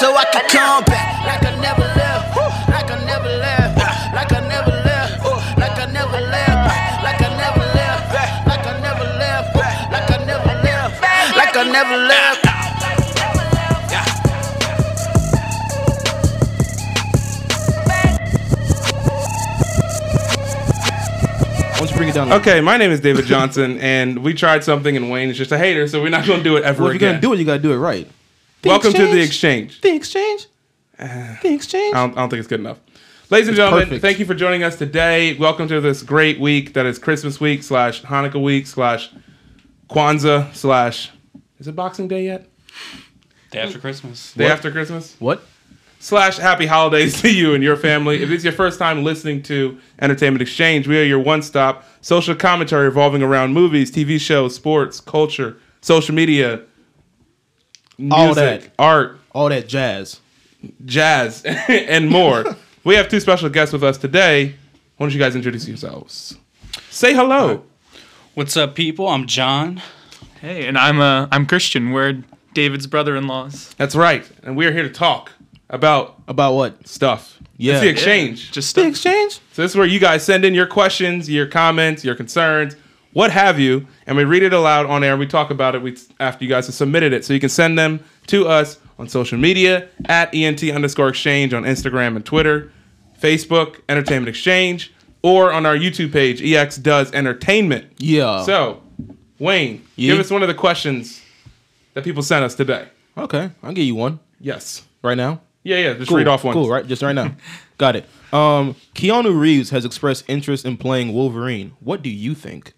so I could come back. Ah. Like I never left, like I never left, like I never left, like I never left, like I never left, like I never left, like I never left, like I never left. Why don't you bring it down? a- Okay, my name is David Johnson, and we tried something, and Wayne is just a hater, so we're not going to do it ever Well, if you're again. gonna do it, you gotta do it right. Welcome to the exchange. exchange. The exchange. The exchange. I don't, I don't think it's good enough. Ladies and gentlemen, perfect. thank you for joining us today. Welcome to this great week that is Christmas week slash Hanukkah week slash Kwanzaa slash. Is it Boxing Day yet? Day after Christmas. Day after Christmas? What? slash happy holidays to you and your family. If it's your first time listening to Entertainment Exchange, we are your one stop social commentary revolving around movies, TV shows, sports, culture, social media, music, All that. art, All that jazz. jazz, and more. we have two special guests with us today. Why don't you guys introduce yourselves? Say hello. What's up, people? I'm John. Hey, and I'm uh, I'm Christian. We're David's brother-in-laws. That's right. And we are here to talk about About what? stuff. Yeah. It's the exchange. Just The uh, exchange. So this is where you guys send in your questions, your comments, your concerns, what have you, and we read it aloud on air. We talk about it we, after you guys have submitted it. So you can send them to us on social media at ENT underscore exchange on Instagram and Twitter, Facebook, Entertainment Exchange, or on our YouTube page, EX Does Entertainment. Yeah. So, Wayne, Yeah. give us one of the questions that people sent us today. okay, I'll give you one Yes. right now. Yeah, yeah, just read off one. Cool, right? Just right now. Got it. Um, Keanu Reeves has expressed interest in playing Wolverine. What do you think?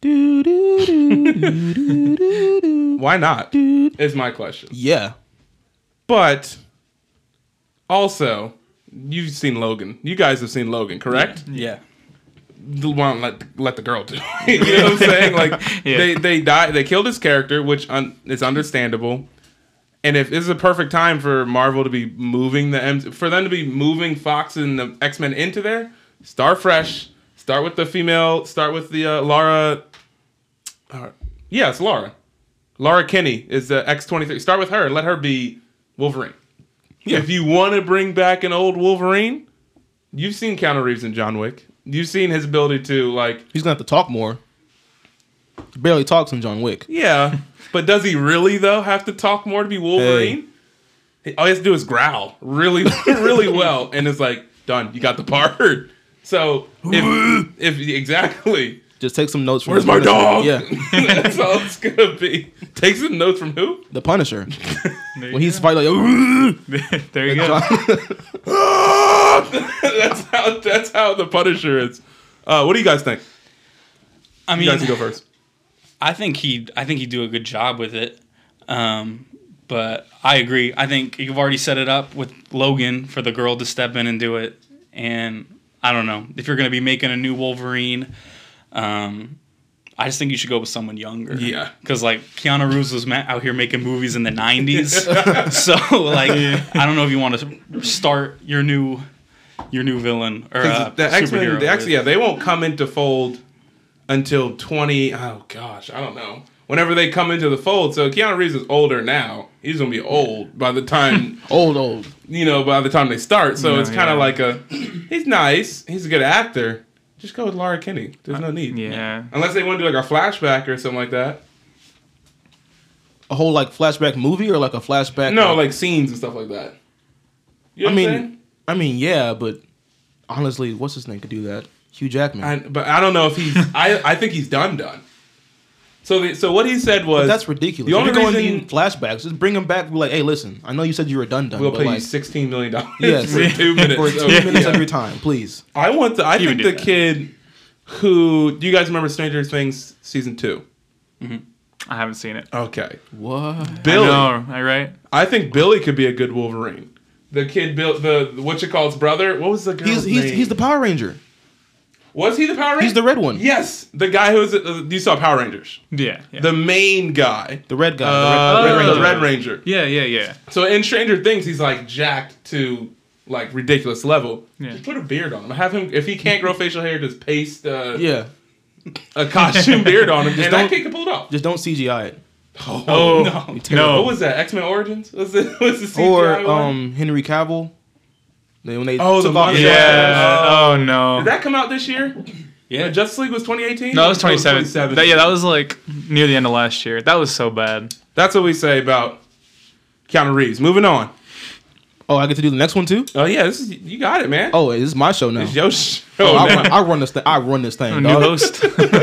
Do, do, do, do, do, do, do. Why not? Is my question. Yeah. But also, you've seen Logan. You guys have seen Logan, correct? Yeah. Why don't let let the girl do? it? you know what I'm saying? Like Yeah. they they died. They killed his character, which un, is understandable. And if this is a perfect time for Marvel to be moving the M- for them to be moving Fox and the X Men into there, start fresh. Start with the female. Start with the uh, Laura. Uh, yeah, it's Laura. Laura Kinney is the X twenty three. Start with her and let her be Wolverine. If you want to bring back an old Wolverine, you've seen Keanu Reeves in John Wick. You've seen his ability to like, He's gonna have to talk more. He barely talks in John Wick. yeah, but does he really though have to talk more to be Wolverine? All he has to do is growl really, really well, and it's like done. You got the part. So if, if exactly, Just take some notes from where's the my Punisher. dog? Yeah, that's all it's gonna be. Take some notes from who? the Punisher. there when you he's fighting like, go. there you go. that's how. That's how the Punisher is. Uh, what do you guys think? I You mean, guys can go first. I think he, I think he'd do a good job with it. Um, but I agree. I think you've already set it up with Logan for the girl to step in and do it. And I don't know if you're going to be making a new Wolverine. Um, I just think you should go with someone younger. Yeah. because like Keanu Reeves was ma- out here making movies in the '90s. so like, I don't know if you want to start your new, your new villain or uh, the X Men, superhero the X, with- yeah, they won't come into fold until twenty. Oh gosh, I don't know. Whenever they come into the fold, so Keanu Reeves is older now. He's gonna be old by the time old, old. you know. By the time they start, so No, it's kind yeah. of like a. He's nice. He's a good actor. Just go with Laura Kinney. There's no need. Yeah. Unless they want to do like a flashback or something like that. A whole like flashback movie or like a flashback. No, like scenes and stuff like that. You I know what mean, I'm saying? I mean, yeah, but honestly, what's his name could do that? Hugh Jackman. I, but I don't know if he's. I I think he's done done. So the, so what he said was But that's ridiculous. The If only You're going to reason- do flashbacks. Just bring them back. Be like, hey, listen, I know you said you were done done, We'll but pay like you sixteen million dollars Yes. for two minutes. for two Yeah. minutes every time, please. I want the. I He would think do the that. kid who do you guys remember Stranger Things season two? I haven't seen it. Okay, What? Billy. I know, I right? I think Billy could be a good Wolverine. The kid built the what you call his brother. What was the He's girl's he's, name? he's the Power Ranger. was he the Power Ranger? He's the red one. Yes, the guy who was uh, you saw Power Rangers. Yeah. Yeah. The main guy. The red guy. Uh, the red, the Ranger. Red Ranger. yeah, yeah, yeah. So in Stranger Things, he's like jacked to like ridiculous level. Yeah. Just put a beard on him. Have him if he can't grow facial hair, just paste uh, Yeah. a costume beard on him. and that don't- kid can pull it off. Just don't CGI it. Oh, no. no. What was that? X Men Origins? Was it? Was the CGI Or one? um, Henry Cavill. They- When they Oh, the took off monster. his- yeah. Oh, no. Did that come out this year? Yeah. Justice League was 2018. No, that was Oh, it 27. That, yeah, that was like near the end of last year. That was so bad. That's what we say about Keanu Reeves. Moving on. Oh, I get to do the next one too. Oh yeah, this is you got it, man. Oh, this is my show now. It's your show, I, man. run, I run this thing. I run this thing. New Oh. dog.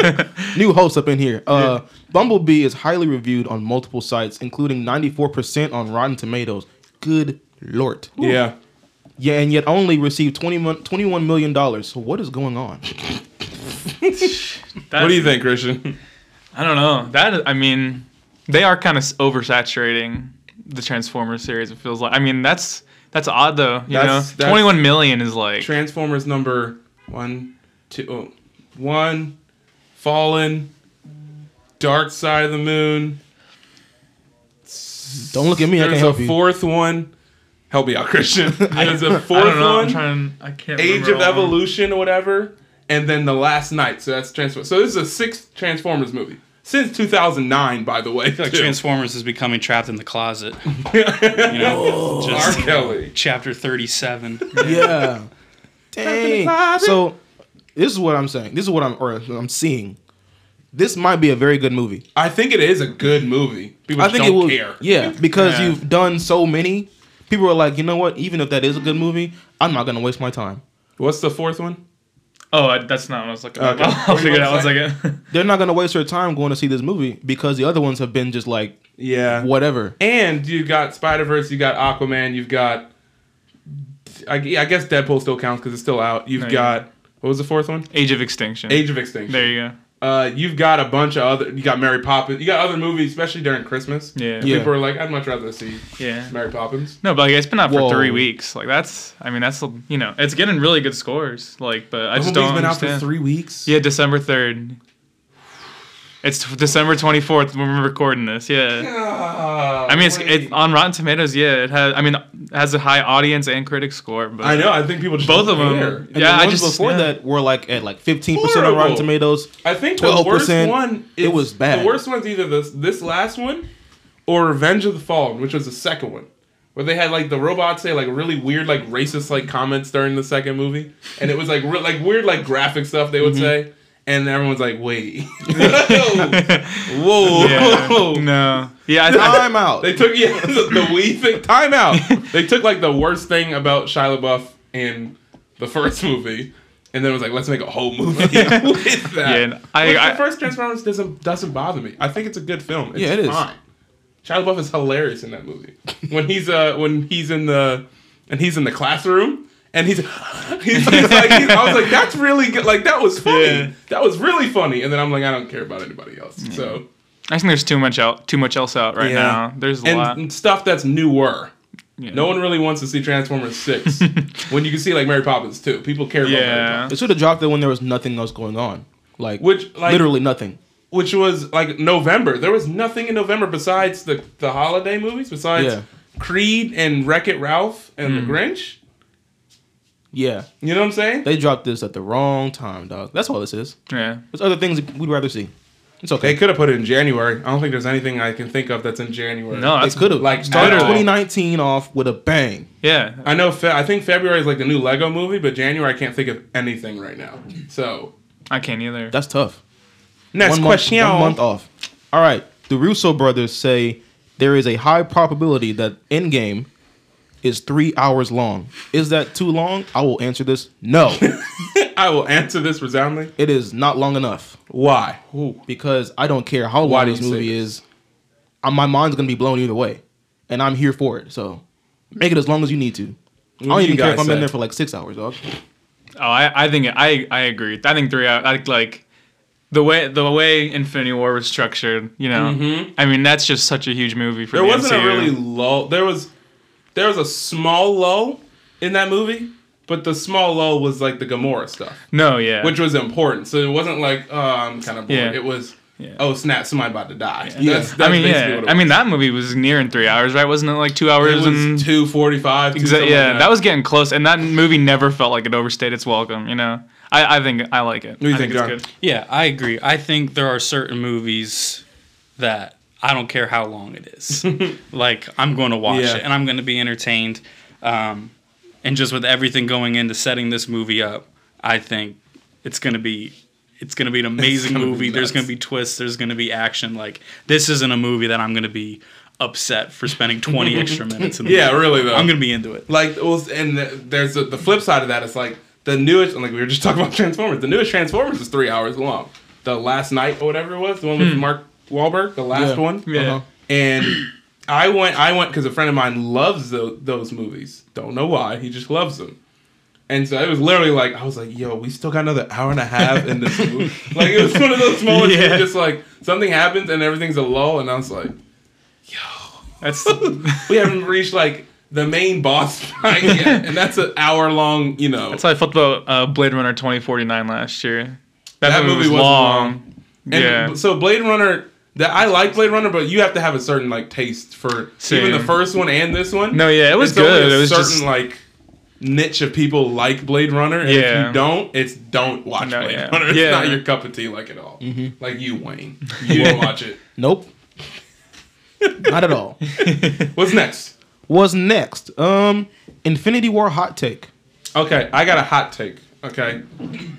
host. New host up in here. Uh, Bumblebee is highly reviewed on multiple sites, including 94% on Rotten Tomatoes. Good lord. yeah. Yeah, and yet only received 20, mon- $21 million. So what is going on? What do you think, Christian? I don't know. That I mean, they are kind of oversaturating the Transformers series. It feels like. I mean, that's that's odd though. You That's- know, that's- twenty one million is like. Transformers number one, two, oh, one, Fallen, Dark Side of the Moon. Don't look at me. I There's can't a help you. fourth one. Help me out, Christian. There's a I fourth don't know. I'm one. trying. I can't. Age remember of all of them. Evolution or whatever, and then the Last Night. So that's Transformers. So this is a sixth Transformers movie since 2009, by the way. Like too. Transformers is becoming trapped in the closet. You know, R. just Kelly. chapter thirty-seven. Yeah. Dang. So this is what I'm saying. This is what I'm or I'm seeing. This might be a very good movie. I think it is a good movie. People I just think don't it will. care. Yeah, because Yeah. you've done so many. People are like, you know what? Even if that is a good movie, I'm not gonna waste my time. What's the fourth one? Oh, I, that's not what I was looking. Okay. at. I'll figure it out one Wait second. They're not gonna waste their time going to see this movie because the other ones have been just like Yeah. whatever. And you got Spider Verse. You got Aquaman. You've got. I, yeah, I guess Deadpool still counts because it's still out. You've No, got what was the fourth one? Age of Extinction. Age of Extinction. There you go. Uh, you've got a bunch of other. You got Mary Poppins. You got other movies, especially during Christmas. Yeah. Yeah. People are like, I'd much rather see Yeah. Mary Poppins. No, but like, it's been out for Whoa. three weeks. Like that's. I mean, that's you know, it's getting really good scores. Like, but I Bumblebee's just don't been understand. out for three weeks. Yeah, December third. It's t- December twenty fourth when we're recording this. Yeah, Ah, I mean it's, wait. it's on Rotten Tomatoes. Yeah, it has. I mean, it has a high audience and critic score. But I know. I think people just both of don't them. care. And Yeah, the I ones just before yeah. that were like at like 15 percent on Horrible. Rotten Tomatoes. I think the worst 12%, one. it is- was bad. The worst one's either this this last one, or Revenge of the Fallen, which was the second one, where they had like the robots say like really weird like racist like comments during the second movie, and it was like re- like weird like graphic stuff they would Mm-hmm. say, and everyone's like, wait, whoa, Yeah, no. Yeah, I, I, Time out. They took yeah, the, the wee thing time out. they took like the worst thing about Shia LaBeouf in the first movie, and then was like, let's make a whole movie with that. Yeah, and I- Which I- the first Transformers doesn't doesn't bother me. I think it's a good film. It's Yeah, it is. Fine. Shia LaBeouf is hilarious in that movie. When he's uh when he's in the and he's in the classroom. And he's, he's, he's like, he's, I was like, that's really good. Like, that was funny. Yeah. That was really funny. And then I'm like, I don't care about anybody else. So, I think there's too much out, too much else out right Yeah. now. There's a and lot. stuff that's newer. Yeah. No one really wants to see Transformers six when you can see like Mary Poppins too. People care about Mary Yeah. Poppins, They should have dropped it when there was nothing else going on. Like Which, like- literally nothing. which was like November. There was nothing in November besides the the holiday movies, besides Yeah. Creed and Wreck It Ralph and Hmm. The Grinch. Yeah. You know what I'm saying? They dropped this at the wrong time, dog. That's all this is. Yeah. There's other things we'd rather see. It's They okay. could have put it in January. I don't think there's anything I can think of that's in January. No, They that's could have like, like started at all. 2019 off with a bang. Yeah. I know. Fe- I think February is like the new Lego movie, but January I can't think of anything right now. So I can't either. That's tough. next one question. Month, one month off. All right. The Russo brothers say there is a high probability that Endgame is three hours long. Is that too long? I will answer this. No, I will answer this resoundingly. it is not long enough Why? because I don't care how Why long do this you say movie this? is. I, my mind's gonna be blown either way, and I'm here for it. So make it as long as you need to. I do don't you even care if guys I'm say? in there for like six hours, dog. Oh, I, I think I I agree. I think three out like like the way the way Infinity War was structured, you know. I mean, that's just such a huge movie for Mm-hmm. There the wasn't MCU. a really lull. There was there was a small lull in that movie, but the small lull was like the Gamora stuff, No, yeah. which was important. So it wasn't like oh, I'm kind of bored. Yeah. It was Yeah. oh snap, somebody about to die. Yeah. That's, that's I mean, basically yeah. what it I mean, was. that movie was near in three hours, right? Wasn't it like two hours it and was two forty five. Exa- yeah, that was getting close, and that movie never felt like it overstayed its welcome. You know, I, I think I like it. do you I think, John? it's good. Yeah, I agree. I think there are certain movies that I don't care how long it is. like I'm going to watch Yeah. it and I'm going to be entertained. Um, and just with everything going into setting this movie up, I think it's going to be it's going to be an amazing gonna be movie. There's nuts. going to be twists. There's going to be action. Like this isn't a movie that I'm going to be upset for spending 20 extra minutes. In the Yeah, movie. really though. I'm going to be into it. like well, and the, there's the, the flip side of that. It's like the newest, and like we were just talking about Transformers. The newest Transformers is three hours long. The last night or whatever it was, the one with Mark Wahlberg, the last Yeah. one. Hmm. Yeah. And I went, I went because a friend of mine loves tho- those movies. Don't know why, he just loves them. And so it was literally like I was like, "Yo, we still got another hour and a half in this movie." like it was one of those moments where Yeah. it's just like something happens and everything's a lull, and I was like, That's we haven't reached like the main boss fight yet, and that's an hour long. You know, that's how I felt about uh, Blade Runner 2049 last year. That, That movie, movie was was long. and yeah. So Blade Runner, that I like Blade Runner, but you have to have a certain like taste for Same. even the first one and this one. No, yeah, it was It's only good. A It was certain just- like niche of people like Blade Runner, and if Yeah. you don't, it's don't watch No, Blade yeah. Runner. It's Yeah. not your cup of tea like at all. Like you, Wayne, you won't watch it. Nope. Not at all. What's next? What's next? Um, Infinity War hot take. Okay, I got a hot take. Okay,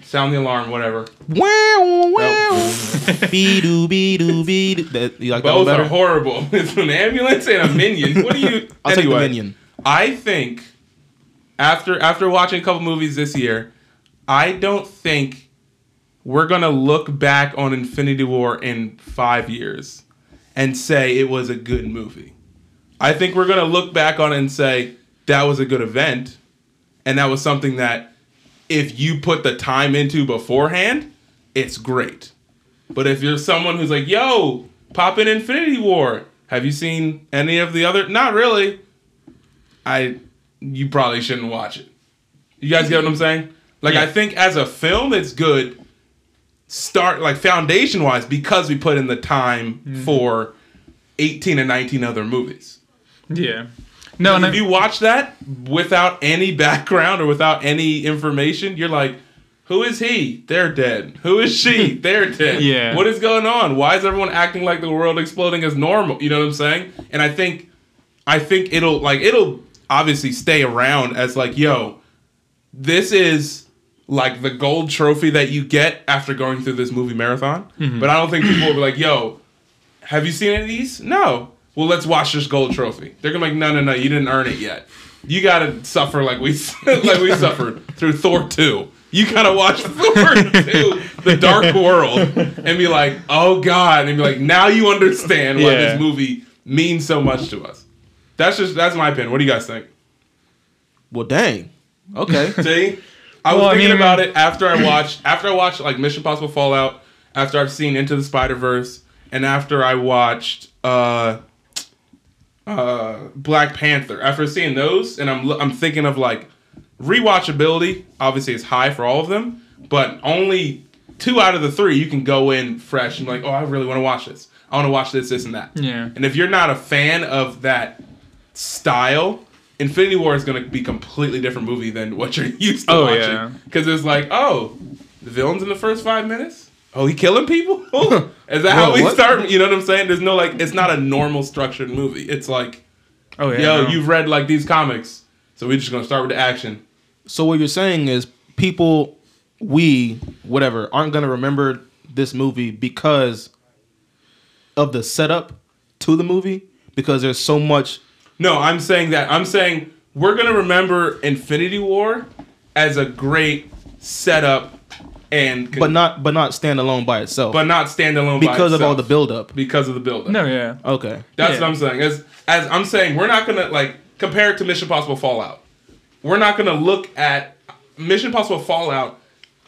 sound the alarm, whatever. Wow, wow. Be doo be doo be doo. That you like that one Both are better? horrible. It's an ambulance and a minion. What do you? I'll take the Anyway, minion. I think after after watching a couple movies this year, I don't think we're gonna look back on Infinity War in five years and say it was a good movie. I think we're gonna look back on it and say that was a good event, and that was something that if you put the time into beforehand, it's great. But if you're someone who's like, yo, pop in Infinity War. Have you seen any of the other? Not really. I, you probably shouldn't watch it. You guys get what I'm saying? Like, I think as a film, it's good. Start like foundation wise because we put in the time for 18 and 19 other movies. yeah. No, and I- If you watch that without any background or without any information, you're like, who is he? They're dead. Who is she? They're dead. Yeah. What is going on? Why is everyone acting like the world exploding is normal? You know what I'm saying? And I think I think it'll like it'll obviously stay around as like, yo, this is like the gold trophy that you get after going through this movie marathon. But I don't think people will be like, yo, have you seen any of these? No. Well, let's watch this gold trophy. They're gonna be like, no, no, no, you didn't earn it yet. You gotta suffer like we like we suffered through Thor two. You gotta watch Thor two, the Dark World, and be like, oh god, and be like, now you understand why Yeah. this movie means so much to us. That's just that's my opinion. What do you guys think? Well, dang. Okay. See, I was Well, I thinking mean- uh, about it after I watched after I watched like Mission Possible Fallout, after I've seen Into the Spider Verse, and after I watched uh, uh, Black Panther. After seeing those, and I'm I'm thinking of like rewatchability. Obviously, is high for all of them, but only two out of the three you can go in fresh and be like, oh, I really want to watch this. I want to watch this, this, and that. Yeah. And if you're not a fan of that style, Infinity War is going to be completely different movie than what you're used to Oh, watching. yeah. Because it's like, oh, the villain's in the first five minutes. Oh, he killing people. is that how Whoa, we what? start? You know what I'm saying? There's no like, it's not a normal structured movie. It's like, oh yeah. yo, no. you've read like these comics, so we're just gonna start with the action. So what you're saying is people, we, whatever, aren't gonna remember this movie because of the setup to the movie because there's so much. No, I'm saying that. I'm saying we're gonna remember Infinity War as a great setup and But not, but not standalone by itself. but not standalone by because of all itself. the buildup. because of the build. no, yeah. Okay. That's Yeah. what I'm saying. As as I'm saying, we're not gonna like compare it to Mission Possible Fallout. We're not gonna look at Mission Possible Fallout.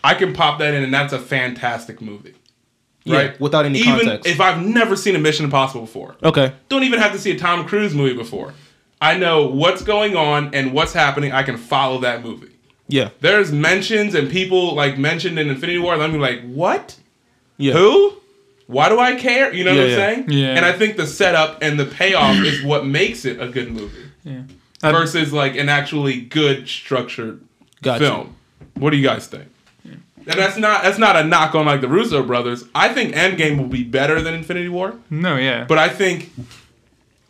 I can pop that in, and that's a fantastic movie, right? without any even context. Oh. if I've never seen a Mission Impossible before, Okay. don't even have to see a Tom Cruise movie before. I know what's going on and what's happening. I can follow that movie. Yeah. There's mentions and people like mentioned in Infinity War. And I'm like, what? Yeah. who? Why do I care? You know Yeah, what I'm yeah. saying? Yeah. And I think the setup and the payoff is what makes it a good movie I- versus like an actually good structured Gotcha. film. What do you guys think? And that's not that's not a knock on like the Russo brothers. I think Endgame will be better than Infinity War, No, yeah. but I think,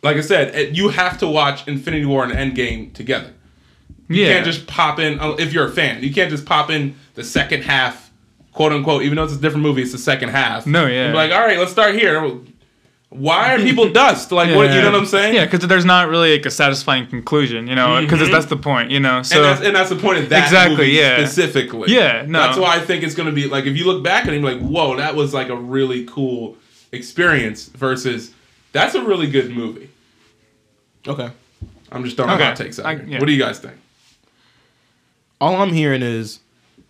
like I said, it, you have to watch Infinity War and Endgame together. You yeah. can't just pop in uh, if you're a fan. You can't just pop in the second half, quote unquote. Even though it's a different movie, it's the second half. No, yeah. And be like, all right, let's start here. Why are people dust? Like, Yeah. what you know what I'm saying? Mm-hmm. Yeah, because there's not really like a satisfying conclusion, you know, because that's the point, you know. So and, that's, and that's the point of that Exactly, movie yeah. specifically. Yeah, no. That's why I think it's gonna be like if you look back at him, like, whoa, that was like a really cool experience. Versus, that's a really good movie. Okay. I'm just throwing Okay. hot takes out I- here. yeah. What do you guys think? All I'm hearing is,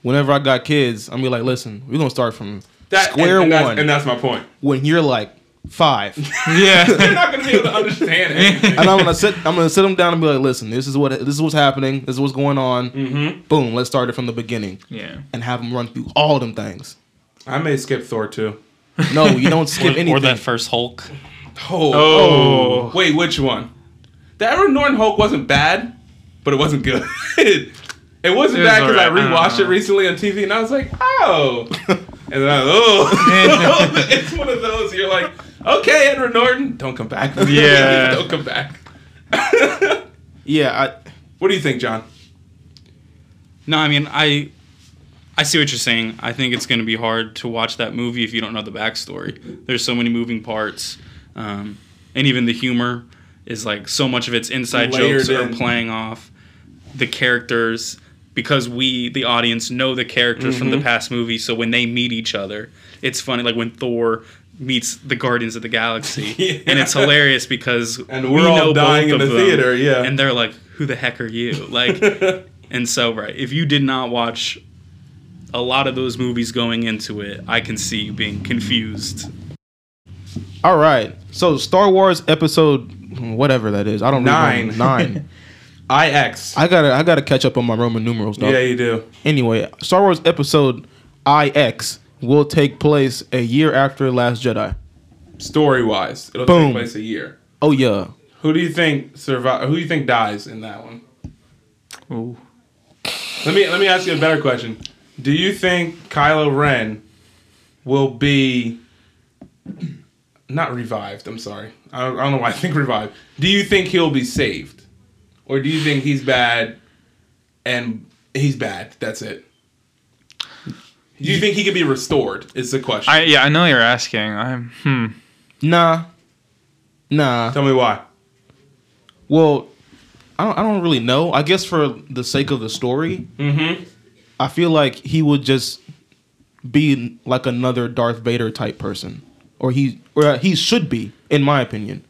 whenever I got kids, I'm gonna be like, listen, we're gonna start from That square and, and one. That's, and that's my point. when you're like five, You're yeah, not gonna be able to understand anything. and I'm gonna sit, I'm gonna sit them down and be like, listen, this is what this is what's happening, this is what's going on. Mm-hmm. Boom, let's start it from the beginning yeah. and have them run through all them things. I may skip Thor too. No, you don't skip anything. or that first Hulk. Oh, Oh. wait, which one? The Edward Norton Hulk wasn't bad, but it wasn't good. it wasn't It was bad because I alright. Uh-huh. I rewatched don't it recently on TV and I was like, oh. and then I was, oh. it's one of those you're like, okay, Edward Norton, don't come back. Yeah. don't come back. yeah, I, what do you think, John? No, I mean I I see what you're saying. I think it's going to be hard to watch that movie if you don't know the backstory. There's so many moving parts, um, and even the humor is like so much of its inside Layered jokes are in. playing off the characters because we the audience know the characters from Mm-hmm. the past movie. So when they meet each other, it's funny. Like when Thor meets the Guardians of the Galaxy, Yeah. and it's hilarious because And we're all dying in both the of theater, yeah. and they're like, "Who the heck are you?" Like. And so, right, if you did not watch a lot of those movies going into it, I can see you being confused. All right. So Star Wars episode whatever that is. I don't really know. Nine. Nine. IX. I gotta I gotta catch up on my Roman numerals, dog. yeah, you do. Anyway, Star Wars episode IX will take place a year after Last Jedi. Story wise, it'll Boom. take place a year. Oh yeah. Who do you think survive? Who do you think dies in that one? Ooh. Let me let me ask you a better question. Do you think Kylo Ren will be not revived? I'm sorry. I don't, I don't know why I think revived. Do you think he'll be saved, or do you think he's bad and he's bad? That's it. Do you think he could be restored? Is the question. I yeah, I know you're asking. I'm hmm. Nah. Nah. Tell me why. Well, I don't I don't really know. I guess for the sake of the story, Mm-hmm. I feel like he would just be like another Darth Vader type person, or he or he should be, in my opinion.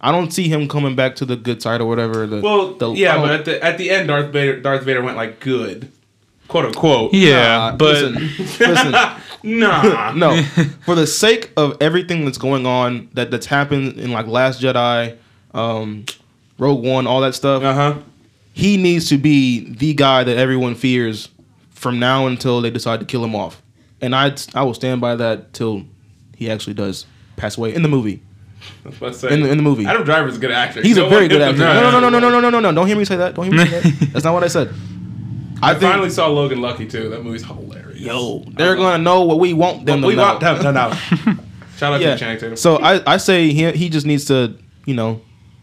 I don't see him coming back to the good side or whatever. The, Well, the, oh, I yeah, don't- but at the at the end, Darth Vader Darth Vader went like good, quote unquote. Yeah, Nah, but listen, listen, Nah. no. For the sake of everything that's going on that that's happened in like Last Jedi, um, Rogue One, all that stuff, Uh huh. he needs to be the guy that everyone fears from now until they decide to kill him off. And I I will stand by that till he actually does pass away in the movie. Let's say In the, in the movie. Adam Driver's a good actor. He's No a one very gives good him actor. that. No, no, no, no, no, no, no, no, no. Don't hear me say that. Don't hear me say that. That's not what I said. I, I think finally saw Logan Lucky too. That movie's hilarious. yo, they're gonna know what we want them But we to know. want them to know. Shout out to Channing Yeah. Tatum. So I, I say he he just needs to you know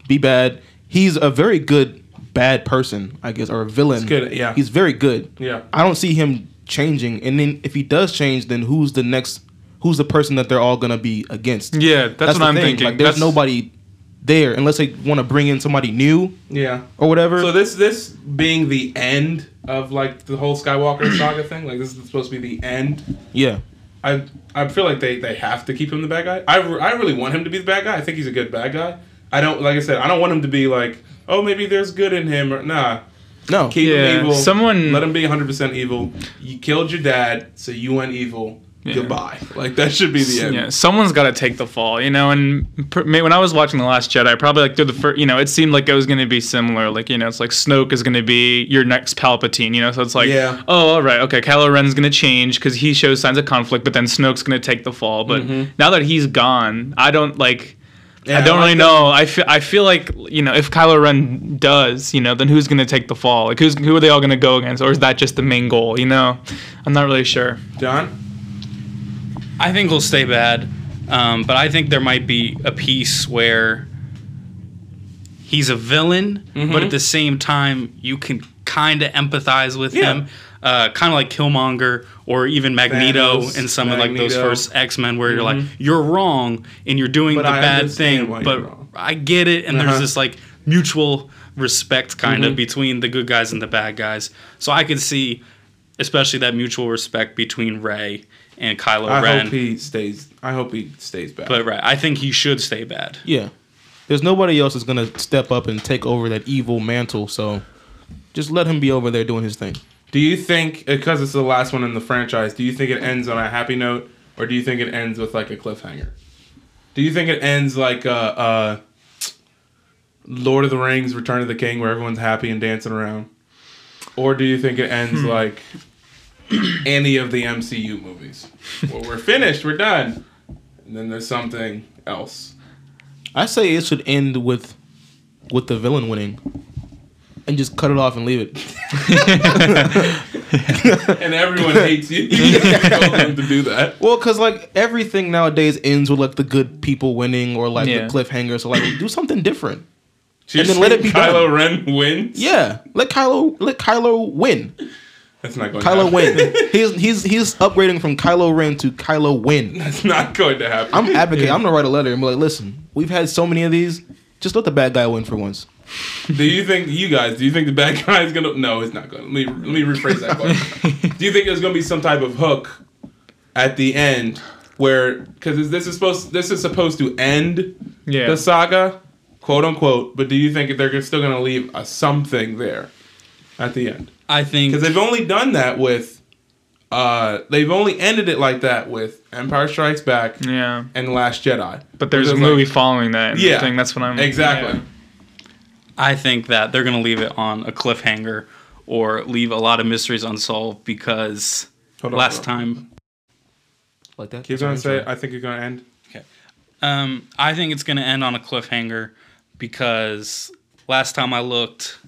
be bad. He's a very good bad person, I guess, or a villain. He's good, yeah. He's very good. Yeah. I don't see him changing. And then if he does change, then who's the next? Who's the person that they're all gonna be against? yeah, that's, the what I'm thing. thinking. Like, there's That's- nobody there unless they want to bring in somebody new yeah. or whatever. So this this being the end of like the whole Skywalker saga thing, like this is supposed to be the end. yeah. I I feel like they, they have to keep him the bad guy. I, re- I really want him to be the bad guy. I think he's a good bad guy. I don't like I said I don't want him to be like oh maybe there's good in him or nah. No. Keep Yeah, him evil. someone- let him be 100 percent evil. You killed your dad, so you went evil. Yeah. Goodbye. Like that should be the end. Yeah, someone's got to take the fall, you know. And per, ma- when I was watching The Last Jedi, probably like through the first, you know, it seemed like it was going to be similar. Like, you know, it's like Snoke is going to be your next Palpatine, you know. So it's like, Yeah. oh, all right, okay, Kylo Ren's going to change because he shows signs of conflict, but then Snoke's going to take the fall. But now that he's gone, I don't like. Mm-hmm. I don't really know. I feel I feel like you know if Kylo Ren does, you know, then who's gonna take the fall? Like who's who are they all gonna go against, or is that just the main goal? You know, I'm not really sure. John. I think he'll stay bad, um, but I think there might be a piece where he's a villain, Mm-hmm. but at the same time you can kind of empathize with Yeah. him, uh, kind of like Killmonger or even Magneto Thanos, in some of like those Magneto. Mm-hmm. first X Men, where you're like you're wrong and you're doing But the I bad understand thing, why you're but wrong. I get it, and Uh-huh. Mm-hmm. there's this like mutual respect kind of between the good guys and the bad guys. So I could see, especially that mutual respect between Ray and Kylo I Ren. hope he stays. I hope he stays back. But right, I think he should stay bad. Yeah. There's nobody else that's gonna step up and take over that evil mantle, so just let him be over there doing his thing. do you think uh, because it's the last one in the franchise? Do you think it ends on a happy note, or do you think it ends with like a cliffhanger? Do you think it ends like uh, uh, Lord of the Rings: Return of the King, where everyone's happy and dancing around, or do you think it Hmm. ends like any of the MCU movies? well, we're finished. We're done. And then there's something else. I say it should end with with the villain winning. And just cut it off and leave it. and everyone hates you. you told them to do that. Well, cause like everything nowadays ends with like the good people winning or like Yeah. the cliffhanger. So like do something different. So you're And then let it be saying done. Kylo Ren wins. Yeah. Let Kylo let Kylo win. that's not going. to Kylo happen. win. He's he's he's upgrading from Kylo Ren to Kylo Win. That's not going to happen. I'm advocating. I'm gonna write a letter and be like, listen, we've had so many of these. Just let the bad guy win for once. do you think you guys? Do you think the bad guy is gonna? No, it's not going. to. Let me let me rephrase that question. do you think there's gonna be some type of hook at the end where because this is supposed this is supposed to end Yeah. the saga, quote unquote? But do you think they're still gonna leave a something there at the end? I think Because they've only done that with, uh, they've only ended it like that with Empire Strikes Back yeah. and Last Jedi. But there's a Because, movie like, following that. And yeah, yeah. that's what I'm exactly. I think that they're gonna leave it on a cliffhanger or leave a lot of mysteries unsolved because Hold on, last hold time Like that. Keep going. Say, I think you're gonna end. um, I think it's gonna end on a cliffhanger because last time I looked,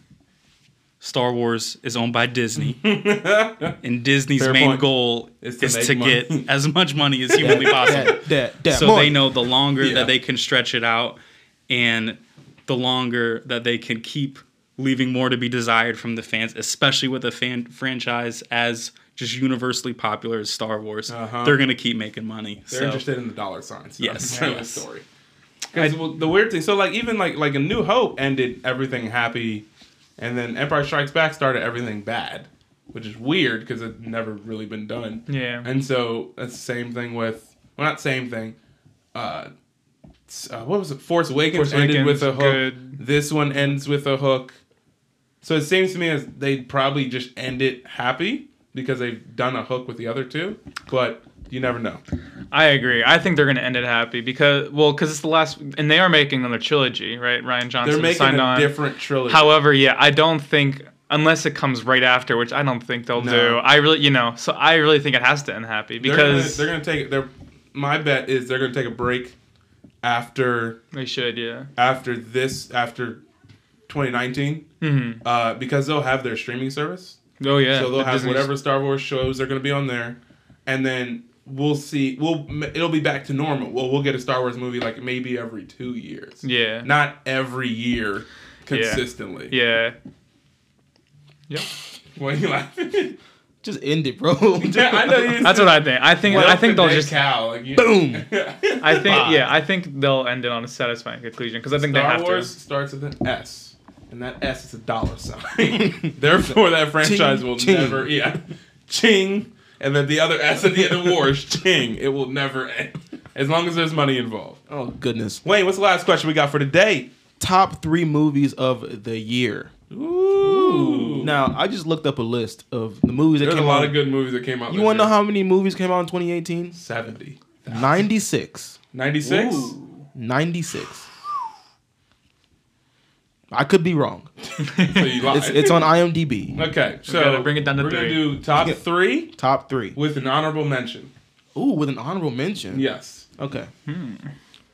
Star Wars is owned by Disney, and Disney's Fair main point. goal Is is to to, make money. get as much money as humanly possible. that, that, that. so More. they know the longer Yeah. that they can stretch it out and the longer that they can keep leaving more to be desired from the fans especially with a fan franchise as just universally popular as star wars Uh-huh. they're going to keep making money They're so interested in the dollar signs. so Yes. that's kind of the Yes. story. 'Cause, well, the weird thing, so like even like like a New Hope ended everything happy, and then Empire Strikes Back started everything bad, which is weird because it's never really been done. Yeah. And so that's the same thing with well, not same thing. Uh, s- uh, what was it? Force Awakens Force ended Awakens, with a hook. good. This one ends with a hook. So it seems to me as they probably just end it happy because they've done a hook with the other two, but you never know. I agree. I think they're gonna end it happy because well, because it's the last, and they are making another trilogy, right? Ryan Johnson They're making signed a on. different trilogy. However, yeah, I don't think unless it comes right after, which I don't think they'll No. do. I really, you know, so I really think it has to end happy They're gonna- because they're gonna, take they're my bet is they're gonna take a break after they should, yeah. after this after 2019 Mm-hmm. uh, because they'll have their streaming service Oh yeah. so they'll the have Disney- whatever Star Wars shows are going to be on there, and then we'll see. We'll it'll be back to normal. Well, we'll get a Star Wars movie like maybe every two years. Yeah. not every year consistently. Yeah. Why are you laughing? just end it, bro. Yeah, I know you. That's what I think. I think I think they'll Dead just cow. Like you, Boom. I think yeah, I think they'll end it on a satisfying conclusion because I think they Star have Wars starts with an S, and that S is a dollar sign. Therefore, that franchise will Ching. never. Yeah, ching, and then the other S at the end of war is ching. It will never end as long as there's money involved. oh goodness. Wayne, what's the last question we got for today? Top three movies of the year. Ooh, Now I just looked up a list of the movies that there's a came lot out. of good movies that came out. you want to know how many movies came out in 2018? 70, 96. 96. 96. I could be wrong. So you lied. It's, it's on IMDb. Okay, so gotta bring it down to we're three. gonna do top Yeah. three Top three. with an honorable mention. Ooh, with an honorable mention. Yes. Okay. Do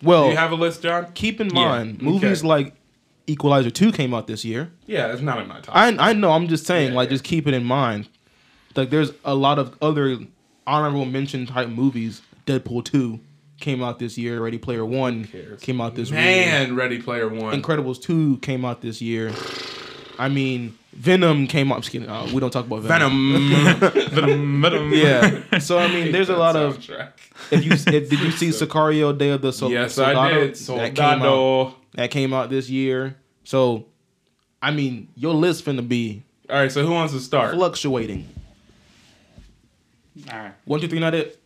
Well, you have a list, John? keep in mind, okay. movies like Equalizer 2 came out this year. Yeah, it's not in my top. I I know. I'm just saying, Yeah, like, yeah. just keep it in mind. Like, there's a lot of other honorable mention type movies. Deadpool two came out this year. Ready Player One cares? came out this year. Man, Ready Player One. Incredibles two came out this year. I mean, Venom came out. I'm just kidding. Uh, we don't talk about Venom. Venom. Yeah. So I mean, there's a lot of. Soundtrack. If you if, did you see Sicario Day of the Sol- yes, I Soldado? did. That came out, Soldado. that came out this year. So, I mean, your list finna be All right, so who wants to start? fluctuating. All right. One two three, not it.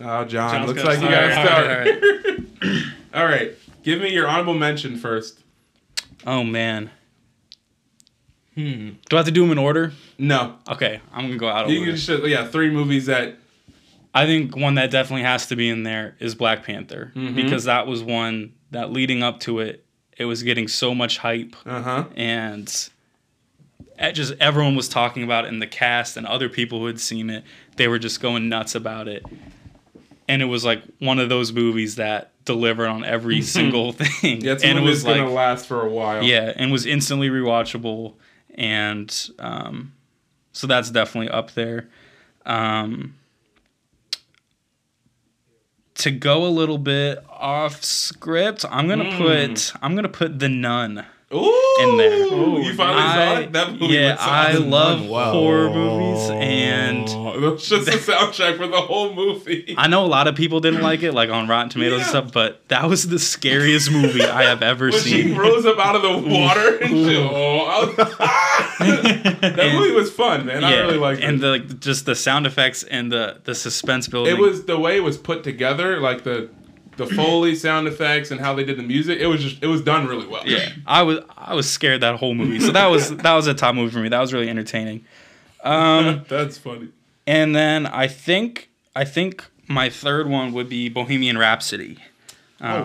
Oh, John, John's looks gonna like you start. gotta All start. right, all right, give me your honorable mention first. Oh man. Hmm. Do I have to do them in order? No, Okay, I'm gonna go out Oh, of you order. can just yeah, three movies that I think one that definitely has to be in there is Black Panther Mm-hmm. because that was one that leading up to it, it was getting so much hype uh huh. and it just everyone was talking about it in the cast and other people who had seen it. They were just going nuts about it, and it was like one of those movies that delivered on every single thing. Yeah, it's and and it was like gonna last for a while. yeah, and was instantly rewatchable, and um, so that's definitely up there. Um, to go a little bit off script, I'm gonna Hmm. put I'm gonna put the Nun. Ooh, In there. Ooh, you finally saw I, it. That movie yeah, looks I awesome. love horror movies, and Oh, that was just the soundtrack for the whole movie. I know a lot of people didn't like it, like on Rotten Tomatoes Yeah. and stuff. But that was the scariest movie I have ever when she seen. rose up out of the water and she, oh, I was- that And- movie was fun, man. I really liked it. and the, like just the sound effects and the the suspense building. it was the way it was put together, like the the foley sound effects and how they did the music. It was just it was done really well. yeah. I was I was scared that whole movie. So that was that was a top movie for me. That was really entertaining. Um, that's funny. and then I think I think my third one would be Bohemian Rhapsody. Um,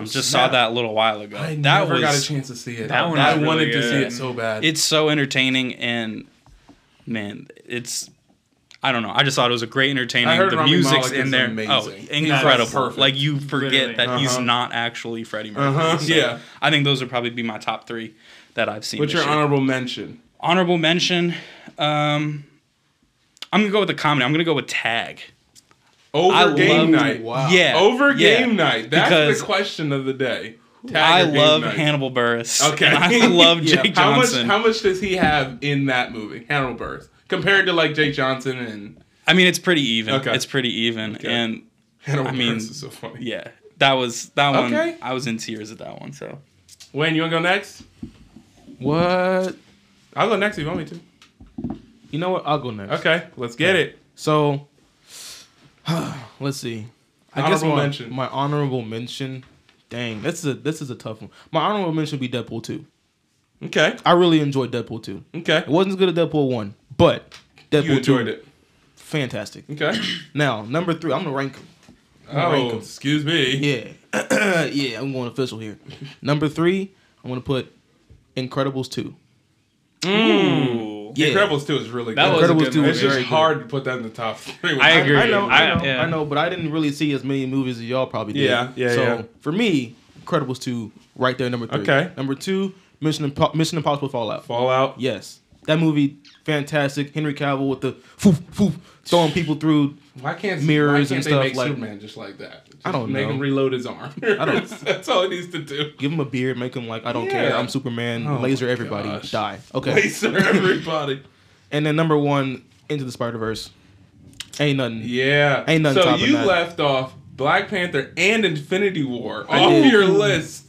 Oh, just snap. saw that a little while ago. I that never was got a chance to see it. that I- one I was wanted really to see good. it so bad. it's so entertaining and man, it's I don't know. I just thought it was a great entertaining. I heard the Rami music's Malek in is there. amazing. Oh, Yeah, that's incredible! perfect. Like you forget Literally. that he's Uh-huh. not actually Freddie Mercury. Uh-huh, So yeah. I think those would probably be my top three that I've seen. What's this your year. honorable mention? honorable mention? Um, I'm gonna go with the comedy. I'm gonna go with Tag. Over I game loved- night. Wow. Yeah, Over yeah. game night. That's Because- the question of the day. Tag I or game love night? Hannibal Burris. Okay. and I love Yeah. Jake How much Johnson. how much does he have in that movie, Hannibal Buress, compared to like Jake Johnson and I mean, it's pretty even. Okay. It's pretty even, Okay. and Hannibal I mean, Buress is so funny. yeah, that was that one. Okay. I was in tears at that one. So Wayne, you wanna go next? What? I'll go next if you want me to. You know what? I'll go next. Okay, let's get it. So, let's see. I Honorable guess my, mention. my honorable mention. Dang, this is a this is a tough one. My honorable mention would be Deadpool two. Okay. I really enjoyed Deadpool two. Okay. It wasn't as good as Deadpool one, but Deadpool You enjoyed 2, it. fantastic. Okay. Now number three, I'm gonna rank. 'em. rank Oh, 'em. excuse me. Yeah, yeah, I'm going official here. Number three, I'm gonna put Incredibles two. Yeah. Incredibles 2 is really That good. was a Incredibles good two movie. it's was just very good. hard to put that in the top three. I agree. I know, I, I- know, yeah. I know, but I didn't really see as many movies as y'all probably did. Yeah, yeah, So yeah. for me, Incredibles two, right there, number three. Okay. number two, Mission Impo- Mission Impossible Fallout. Fallout. Yes, that movie, fantastic. Henry Cavill with the foof foof throwing people through. Why can't why Mirrors and can't they stuff make like- Superman just like that? Just I don't make know. him reload his arm. don't- That's all he needs to do. Give him a beard, make him like I don't Yeah. care. I'm Superman. Oh laser my everybody, gosh. die. Okay. Laser everybody. And then number one, Into the Spider Verse. Ain't nothing. Yeah. Ain't nothing So topping you that. left off Black Panther and Infinity War off did. your list.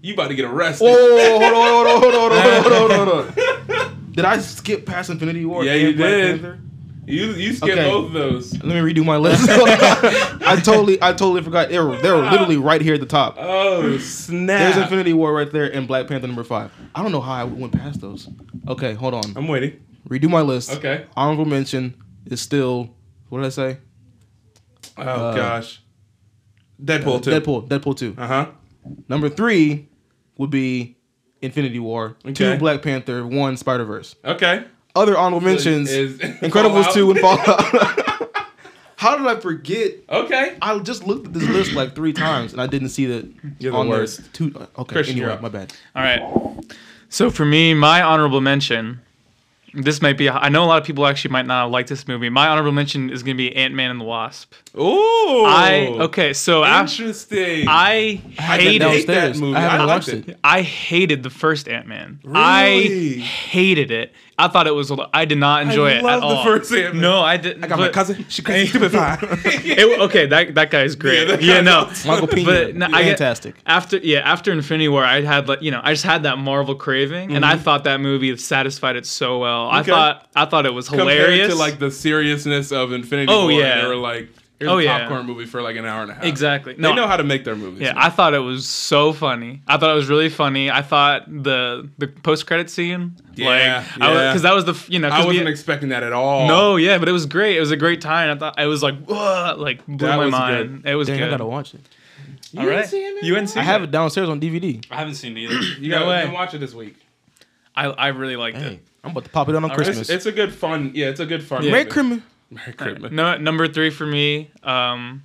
You about to get arrested. Oh, hold on, hold on, hold on, hold on, hold on, hold on. Did I skip past Infinity War? Yeah, and you Black did. Panther? You you skipped Okay. both of those. Let me redo my list. I totally, I totally forgot. They were, they were literally right here at the top. Oh snap! There's Infinity War right there and Black Panther number five. I don't know how I went past those. Okay, hold on. I'm waiting. Redo my list. Okay. Honorable mention is still. What did I say? Oh Uh, gosh. Deadpool too. Deadpool. Deadpool two. Uh huh. Number three would be Infinity War. Okay. Two Black Panther. One Spider Verse. Okay. Other honorable mentions: Is- Incredibles Fallout. two and Fallout. How did I forget? Okay. I just looked at this list like three times and I didn't see that You're the on there. worst. Two, okay, Christian, you're anyway, up. my bad. All right. So for me, my honorable mention. This might be. I know a lot of people actually might not like this movie. My honorable mention is gonna be Ant Man and the Wasp. Ooh. I okay. So after Interesting. I Oh. I didn't hated. hate that movie. I haven't I liked watched it. I hated the first Ant Man. Really? I hated it. I thought it was. I did not enjoy it at loved the all. first Ant-Man. No, I didn't. I got my but- cousin. She crazy stupid fine. It, okay, that that guy's great. Yeah, Yeah, that guy- no, Michael Pena, But no, I get- fantastic. after yeah, after Infinity War, I had like you know, I just had that Marvel craving, and I thought that movie satisfied it so well. I Mm-hmm. Okay. thought I thought it was Compared hilarious. to like the seriousness of Infinity Oh, War, yeah. they were like, here's Oh, a yeah. popcorn movie for like an hour and a half. exactly. They No, know how to make their movies. yeah, I thought it was so funny. I thought it was really funny. I thought the the post credit scene, Yeah, like, I yeah. because that was the f- you know, 'cause I wasn't we- expecting that at all. no, yeah, but it was great. It was a great time. I thought it was like, "Whoa," like blew That my was mind. It was Dang, I good. gotta watch it. you All right. didn't see him. You didn't see I have it downstairs on DVD. I haven't seen either. You No gotta way. then watch it this week. I, I really liked Dang, it. I'm about to pop it on on right, Christmas. It's, it's a good fun. Yeah, it's a good fun. Yeah. Mm-hmm. Merry movie. Christmas. Merry Christmas. No, number three for me. Um,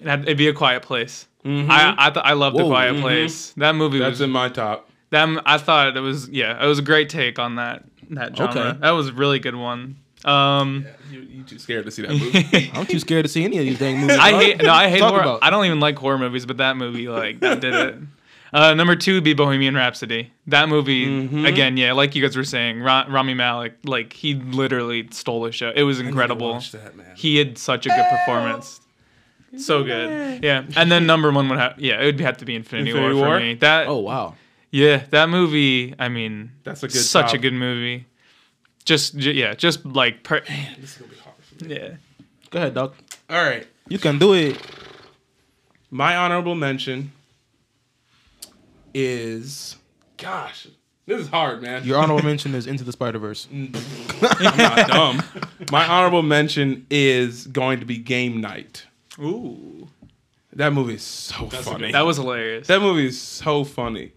it had, it'd be a quiet place. I uh, I, th- I loved the Whoa. quiet Mhm. place. That movie Mm-hmm. That's was. in my top. That I thought it was yeah. It was a great take on that that genre. Okay. That was a really good one. Um, You, you too scared to see that movie. I'm too scared to see any of these dang movies. I huh? hate no. I hate Talk horror. about- I don't even like horror movies, but that movie like that did it. Uh, number two would be Bohemian Rhapsody. That movie Mm-hmm. again, yeah, like you guys were saying, Ra- Rami Malek, like he literally stole the show. It was incredible. watch that, man. He had such a good performance. So good, yeah. And then number one would have, yeah, it would have to be Infinity, Infinity War, War? for me. That, Oh wow. yeah, that movie. I mean, That's a good such a top. good movie. Just, j- yeah, just like, per- This is gonna be hard for me. yeah. Go ahead, Doc. All right. You can do it. My honorable mention is, gosh, this is hard, man. Your honorable mention is Into the Spider Verse. I'm not dumb. My honorable mention is going to be Game Night. Ooh, That movie is so a funny. good that was hilarious. That movie is so funny.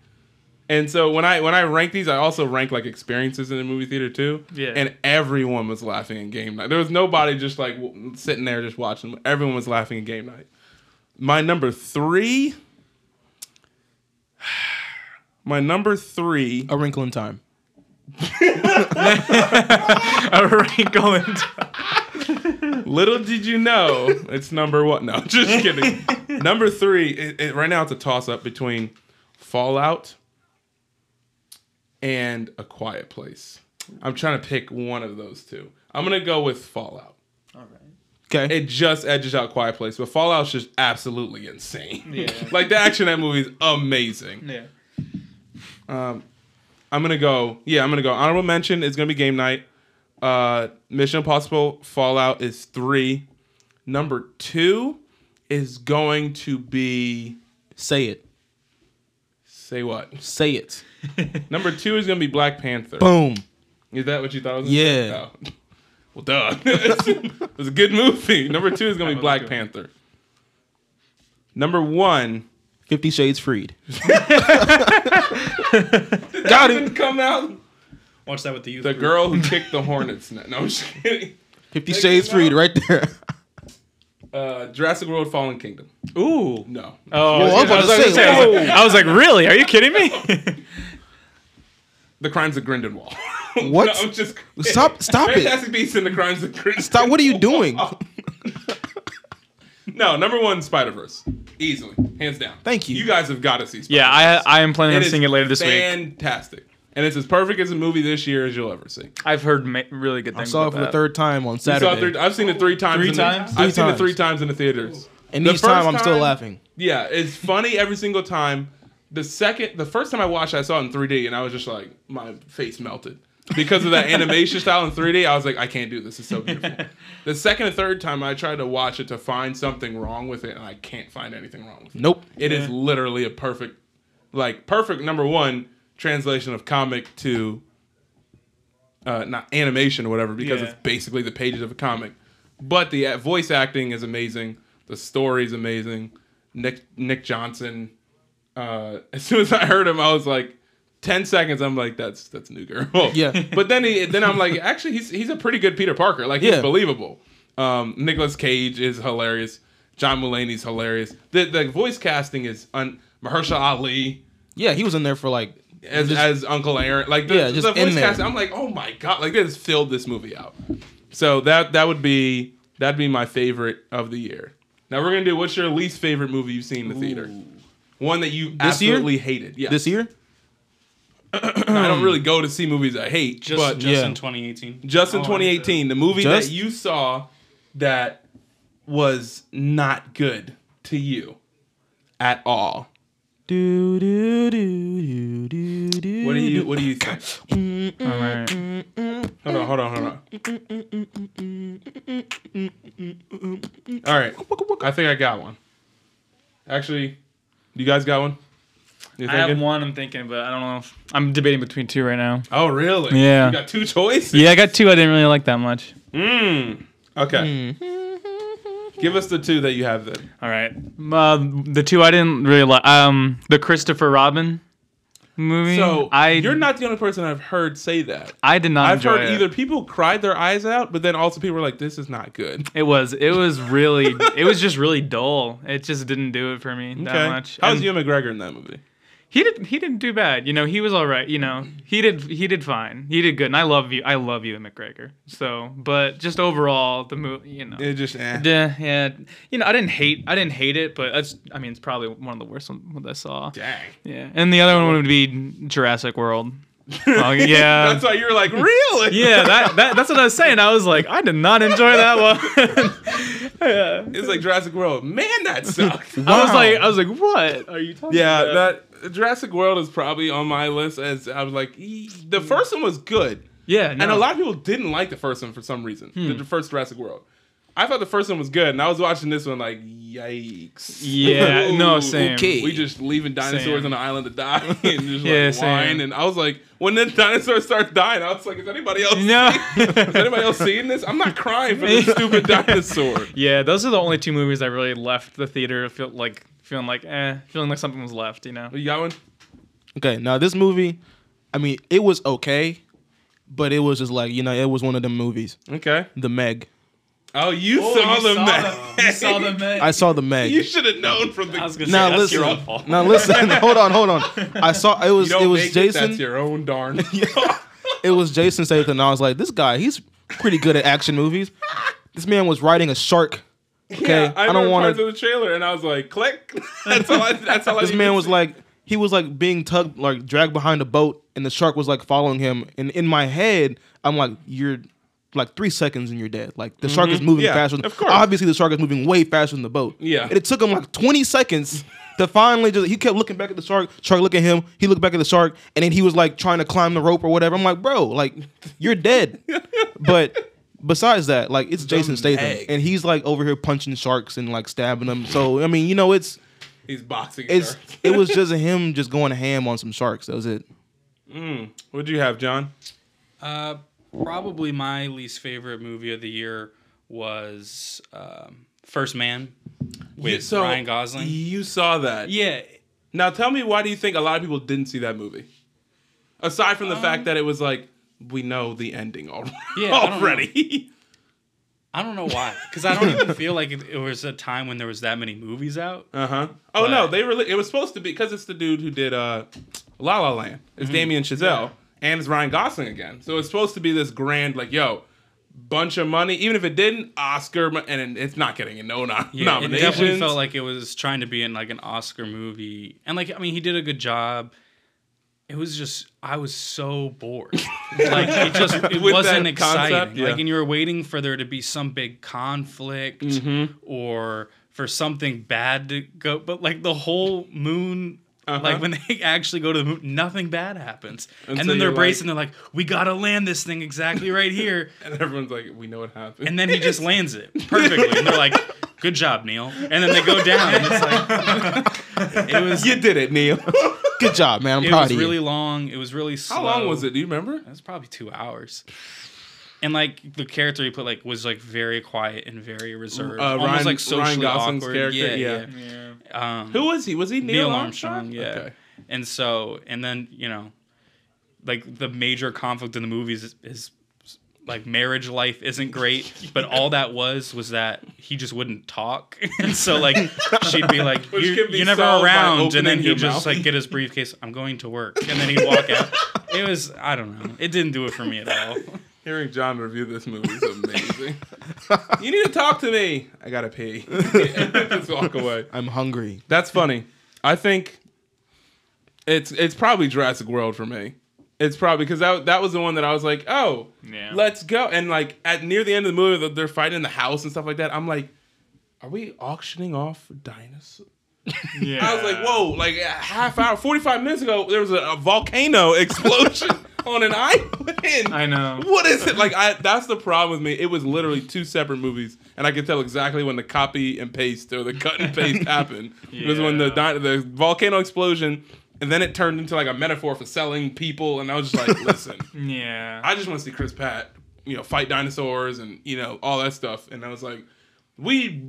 And so when I when I rank these, I also rank like experiences in the movie theater too. Yeah. And everyone was laughing in game night. There was nobody just like w- sitting there just watching. Everyone was laughing in game night. My number three. My number three. A Wrinkle in Time. a wrinkle in time. Little did you know, it's number one. No, just kidding. number three. It, it, right now, it's a toss up between Fallout and A Quiet Place. I'm trying to pick one of those two. I'm gonna go with Fallout. Okay. It just edges out Quiet Place, but Fallout's just absolutely insane. Yeah. like the action in that movie is amazing. Um, Yeah. I'm gonna go. Yeah, I'm gonna go. Honorable mention is gonna be Game Night. Uh, Mission Impossible Fallout is three. Number two is going to be Say it. say what? Say it. Number two is gonna be Black Panther. Boom. Is that what you thought? I was gonna say? Yeah. Oh. Well, duh. it was a good movie. Number two is gonna be was Black good. Panther. Number one Fifty Shades Freed. got it. Come out. Watch that with the youth. The group. girl who kicked the hornet's nest. No, I'm just kidding. Fifty Check Shades it Freed, out. right there. Uh, Jurassic World: Fallen Kingdom. Ooh. No. Oh, Well, I was I about was, to gonna say, say, I was like, I was like, really? Are you kidding me? The Crimes of Grindelwald. What? No, I'm just Stop- stop it. Fantastic Beasts and the Crimes of Grindelwald. Stop. What are you doing? No, number one, Spider Verse, easily, hands down. Thank you. You guys have got to see. Spider-Verse. yeah, I I am planning on is seeing it later this week. Fantastic, and it's as perfect as a movie this year as you'll ever see. I've heard ma- really good I things. saw it about for the that. third time on You saw it Saturday, three- I've seen it three times. Three in the- times? I've Three seen it times. three times in the theaters. and The each time first I'm still time- laughing. Yeah, it's funny every single time. The second, the first time I watched, it, I saw it in 3D, and I was just like, my face melted because of that animation style in 3D. I was like, I can't do this. It's so beautiful. the second and third time, I tried to watch it to find something wrong with it, and I can't find anything wrong with it. Nope. It is literally a perfect, like perfect number one translation of comic to uh, not animation or whatever because Yeah. it's basically the pages of a comic. But the uh, voice acting is amazing. The story is amazing. Nick Nick Johnson. Uh, as soon as I heard him, I was like, ten seconds. I'm like, that's that's a new girl. Yeah. But then he then I'm like, actually, he's he's a pretty good Peter Parker. Like he's Yeah. believable. Um, Nicholas Cage is hilarious. John Mulaney's hilarious. The the voice casting is un- Mahershala Ali Yeah, he was in there for like as, just- as Uncle Aaron. Like the, Yeah, just the voice in there. casting, I'm like, oh my god, like they just filled this movie out. So that that would be that'd be my favorite of the year. Now we're gonna do what's your least favorite movie you've seen in the theater? One that you year? absolutely hated. Yeah, this year. I don't really go to see movies I hate, Just, but just yeah. in Oh, 2018. Oh, just in 2018, the movie Just? that you saw that was not good to you at all. Do, do, do, do, do, do, What do you What do you think? All right. Hold on, hold on, hold on. All right, I think I got one. Actually, you guys got one. You I have thinking? one I'm thinking, but I don't know. If, I'm debating between two right now. Oh, really? Yeah. You got two choices. Yeah, I got two I didn't really like that much. Mm. Okay. Give us the two that you have then. All right. Uh, the two I didn't really like. Um, the Christopher Robin movie. So I you're not the only person I've heard say that. I did not. I've enjoy heard it. either people cried their eyes out, but then also people were like, "This is not good." It was. It was really. it was just really dull. It just didn't do it for me that much. How's And Ewan McGregor in that movie? He did. He didn't do bad. You know, he was all right. You know, he did. He did fine. He did good. And I love you. I love you, McGregor. So, but just overall, the movie. You know. It just eh. yeah, yeah. You know, I didn't hate. I didn't hate it, but that's. I mean, it's probably one of the worst ones I saw. dang. Yeah. And the other one would be Jurassic World. Oh, yeah. That's why you were like, "Really?" yeah, that, that that's what I was saying. I was like, I did not enjoy that one. yeah. It's like Jurassic World. Man, that sucked. I was like, I was like, what are you talking yeah, about? that Jurassic World is probably on my list. As I was like, "E- the Mm. first one was good, yeah, no. Hmm. and a lot of people didn't like the first one for some reason. The, the first Jurassic World. I thought the first one was good, and I was watching this one like, yikes. Yeah, no, Ooh, same. okay. We just leaving dinosaurs Same. on an island to die and just Yeah, like same. whine. And I was like, when the dinosaur starts dying, I was like, is anybody else? No. Is anybody else seeing this? I'm not crying for this stupid dinosaur. yeah, those are the only two movies I really left the theater feel like feeling like eh, feeling like something was left, you know. You got one? Okay, now this movie, I mean, it was okay, but it was just like you know, it was one of them movies, Okay. The Meg. Oh, you saw them that. You saw them then. I saw eh? The Meg. You should have known from the. I was gonna now say that's listen, your own fault. now listen, hold on, hold on. I saw it was You don't it was make It, Jason. that's your own darn. it was Jason Statham. And I was like, this guy, he's pretty good at action movies. This man was riding a shark. Okay, Yeah, I, I don't want to. to the trailer, and I was like, click. That's all. I, that's all. I This need man to was see. like, he was like being tugged, like dragged behind a boat, and the shark was like following him. And in my head, I'm like, you're like three seconds and you're dead. Like the shark is moving Mm-hmm. Yeah, faster. Than, of course. Obviously, the shark is moving way faster than the boat. Yeah. And it took him like 20 seconds. To finally, just he kept looking back at the shark. Shark looked at him. He looked back at the shark, and then he was like trying to climb the rope or whatever. I'm like, bro, like you're dead. But besides that, like it's Jason Statham, Meg. and he's like over here punching sharks and like stabbing them. So I mean, you know, it's he's boxing. it's sharks. it was just him just going ham on some sharks. That was it. What'd you have, John? Uh, probably my least favorite movie of the year was um, First Man with So, Ryan Gosling. You saw that. yeah, Now tell me, why do you think a lot of people didn't see that movie? Aside from the fact that it was like we know the ending already. Um, Yeah, I don't already. I don't know why, because I don't even feel like it, it was a time when there was that many movies out. Uh huh. Oh But- no, they really. It was supposed to be because it's the dude who did uh, La La Land. It's Mm-hmm. Damien Chazelle and it's Ryan Gosling again. So it's supposed to be this grand like yo. Bunch of money, even if it didn't Oscar, mo- and it's not getting a no nom- Yeah, it nominations. definitely felt like it was trying to be in like an Oscar movie, and like I mean, he did a good job. It was just I was so bored. like it just it With wasn't that exciting. concept, yeah. Like and you were waiting for there to be some big conflict Mm-hmm. or for something bad to go, but like the whole moon. Uh-huh. Like when they actually go to the moon, nothing bad happens, and, so then you're they're like- bracing. They're like, "We gotta land this thing exactly right here," and everyone's like, we know what happened. and then he just lands it perfectly. And they're like, "Good job, Neil." And then they go down. And it's like it was you did it, Neil. Good job, man. I'm it proud was of you. really long. It was really slow. How long was it? Do you remember? It was probably two hours. And like the character he put like was like very quiet and very reserved, Uh, almost Ryan- like socially Ryan Gosling's awkward. character, yeah, yeah. Yeah. yeah. Um, Who was he? Was he Neil, Neil Armstrong? Armstrong, yeah. Okay. And so, and then you know, like the major conflict in the movies is, is like marriage life isn't great, but all that was was that he just wouldn't talk, and so like she'd be like, Which "You're, can be you're never solved by around," and then opening your he'd just mouth. like get his briefcase. I'm going to work, and then he'd walk out. It was I don't know. It didn't do it for me at all. Hearing John review this movie is amazing. you need to talk to me. I gotta pee. Just walk away. I'm hungry. That's funny. I think it's it's probably Jurassic World for me. It's probably because that that was the one that I was like, oh, Yeah. let's go. And like at near the end of the movie, they're fighting in the house and stuff like that. I'm like, are we auctioning off dinosaurs? Yeah. I was like, whoa, like a half hour, 45 minutes ago, there was a, a volcano explosion on an island. I know. What is it? Like, I, that's the problem with me. It was literally two separate movies, and I could tell exactly when the copy and paste or the cut and paste happened. It was when the, di- the volcano explosion, and then it turned into like a metaphor for selling people, and I was just like, listen, Yeah. I just want to see Chris Pratt, you know, fight dinosaurs and you know all that stuff. And I was like, we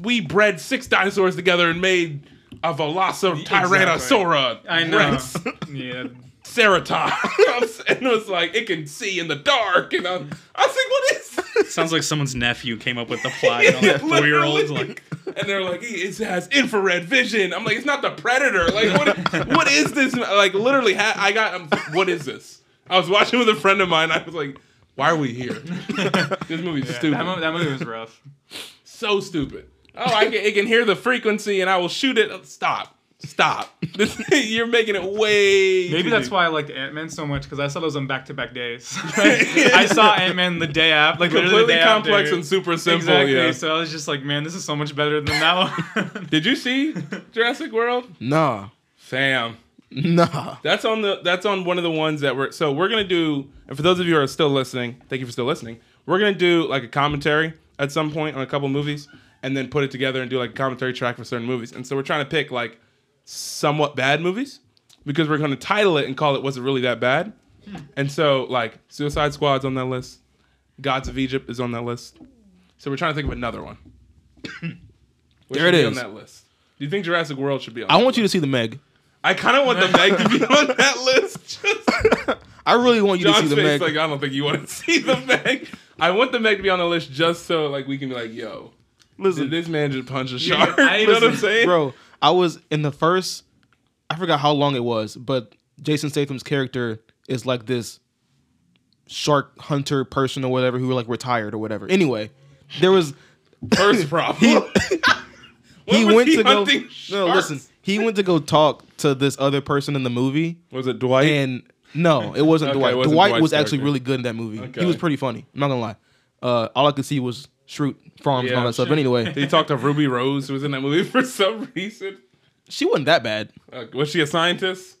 we bred six dinosaurs together and made a Velociraptor. I know. yeah. Ceratops, and it was like it can see in the dark, and I, I was like, "What is?" this? Sounds like someone's nephew came up with the plot. on like four year old literally. like and they're like, "It has infrared vision." I'm like, "It's not the Predator." Like, what? what is this? Like, literally, ha- I got. I'm, what is this? I was watching with a friend of mine. I was like, "Why are we here?" this movie's stupid. That, mo- that movie was rough. so stupid. Oh, I can, it can hear the frequency and I will shoot it. Stop. Stop. This, you're making it way. Maybe too that's deep. why I liked Ant Man so much because I saw those on back to back days. I saw Ant Man the day after, like literally the Completely day complex after. and super simple. exactly. Yeah. So I was just like, man, this is so much better than that one. Did you see Jurassic World? Nah, Fam. nah. That's on the that's on one of the ones that we're so we're gonna do and for those of you who are still listening, thank you for still listening. We're gonna do like a commentary at some point on a couple movies and then put it together and do like a commentary track for certain movies. And so we're trying to pick like somewhat bad movies because we're gonna title it and call it Was It Really That Bad? And so like Suicide Squad's on that list, Gods of Egypt is on that list. So we're trying to think of another one. What There should it be on is. that list. Do you think Jurassic World should be on I that want you to see the Meg. I kind of want the Meg to be on that list. Just I really want you to John's see the Meg. face, like I don't think you want to see the Meg. I want the Meg to be on the list just so like we can be like, yo, did Listen, this man just punch a shark? I- you know what I'm listen, saying? bro, I was in the first. I forgot how long it was, but Jason Statham's character is like this shark hunter person or whatever who like retired or whatever. Anyway, there was First problem. When he was went he to go. hunting No, sharks? listen. He went to go talk to this other person in the movie, was it Dwight? and no, it wasn't Okay, Dwight. it wasn't Dwight Dwight's was actually character. really good in that movie. Okay. He was pretty funny. I'm not gonna lie. Uh, all I could see was Shroot Farms and Yeah, all that stuff. sure. But anyway, they talked to Ruby Rose, who was in that movie for some reason. she wasn't that bad. Uh, was she a scientist?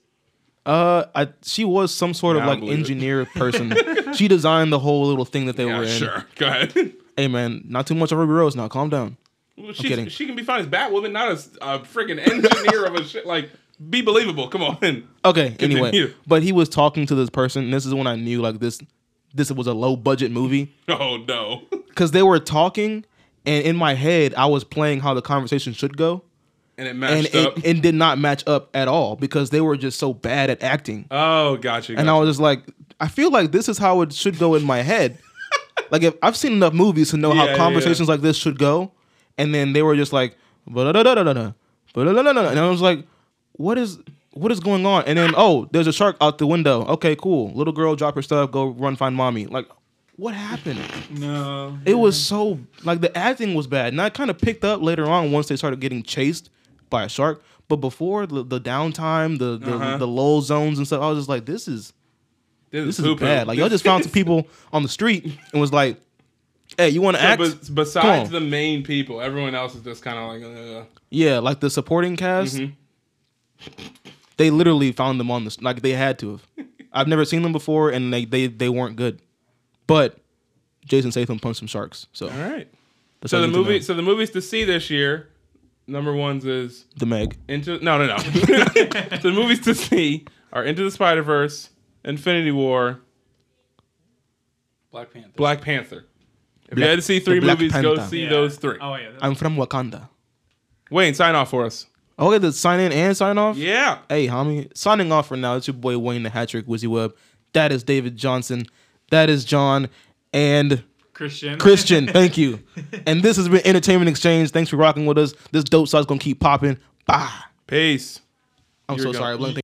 Uh, I, she was some sort of Now I like believe it. engineer person. she designed the whole little thing that they Yeah, were in. sure. Go ahead. Hey man, not too much on Ruby Rose now. Calm down. Well, she's, kidding. she can be fine as Batwoman, not as a freaking engineer of a shit. Like, be believable. Come on. Okay. Anyway, Continue. but he was talking to this person. And this is when I knew like this. This was a low budget movie Oh no. because they were talking, and in my head I was playing how the conversation should go, And it and matched up. it, it did not match up at all because they were just so bad at acting. oh, gotcha. And gotcha. I was just like, I feel like this is how it should go in my head. like if I've seen enough movies to know Yeah, yeah, how conversations like this should go. And then they were just like, "Ba-da-da-da-da-da, ba-da-da-da-da-da." and I was like, what is what is going on? And then oh, there's a shark out the window. Okay, cool. Little girl, drop her stuff, go run find mommy. Like, what happened? no. It was so like the acting was bad, and I kind of picked up later on once they started getting chased by a shark. But before the, the downtime, the the, Uh-huh. the lull zones and stuff, I was just like, this is this is poopoo. bad. Like y'all just found some people on the street and was like, "Hey, you want to So act?" bes- Come besides on. the main people, everyone else is just kind of like, uh, Ugh. yeah, like the supporting cast. Mm-hmm. They literally found them on the like they had to have. I've never seen them before, and they they they weren't good. But Jason Statham punched some sharks, so all right. that's So how the you get to movie, know. so the movies to see this year, number ones is the Meg, into no no no. so the movies to see are Into the Spider Verse, Infinity War, Black Panther. Black Panther. If you Black- had to see three the Black movies, go Panther. see those three. Oh yeah. I'm from Wakanda. Wayne, sign off for us. Okay, the sign in and sign off. Yeah. Hey, homie, signing off for now. It's your boy Wayne the Hat Trick Wizzy Web. That is David Johnson. That is John, and Christian. Christian. Thank you. And this has been Entertainment Exchange. Thanks for rocking with us. This dope side's gonna keep popping. Bye. Peace. I'm Here so we go. sorry. I blanked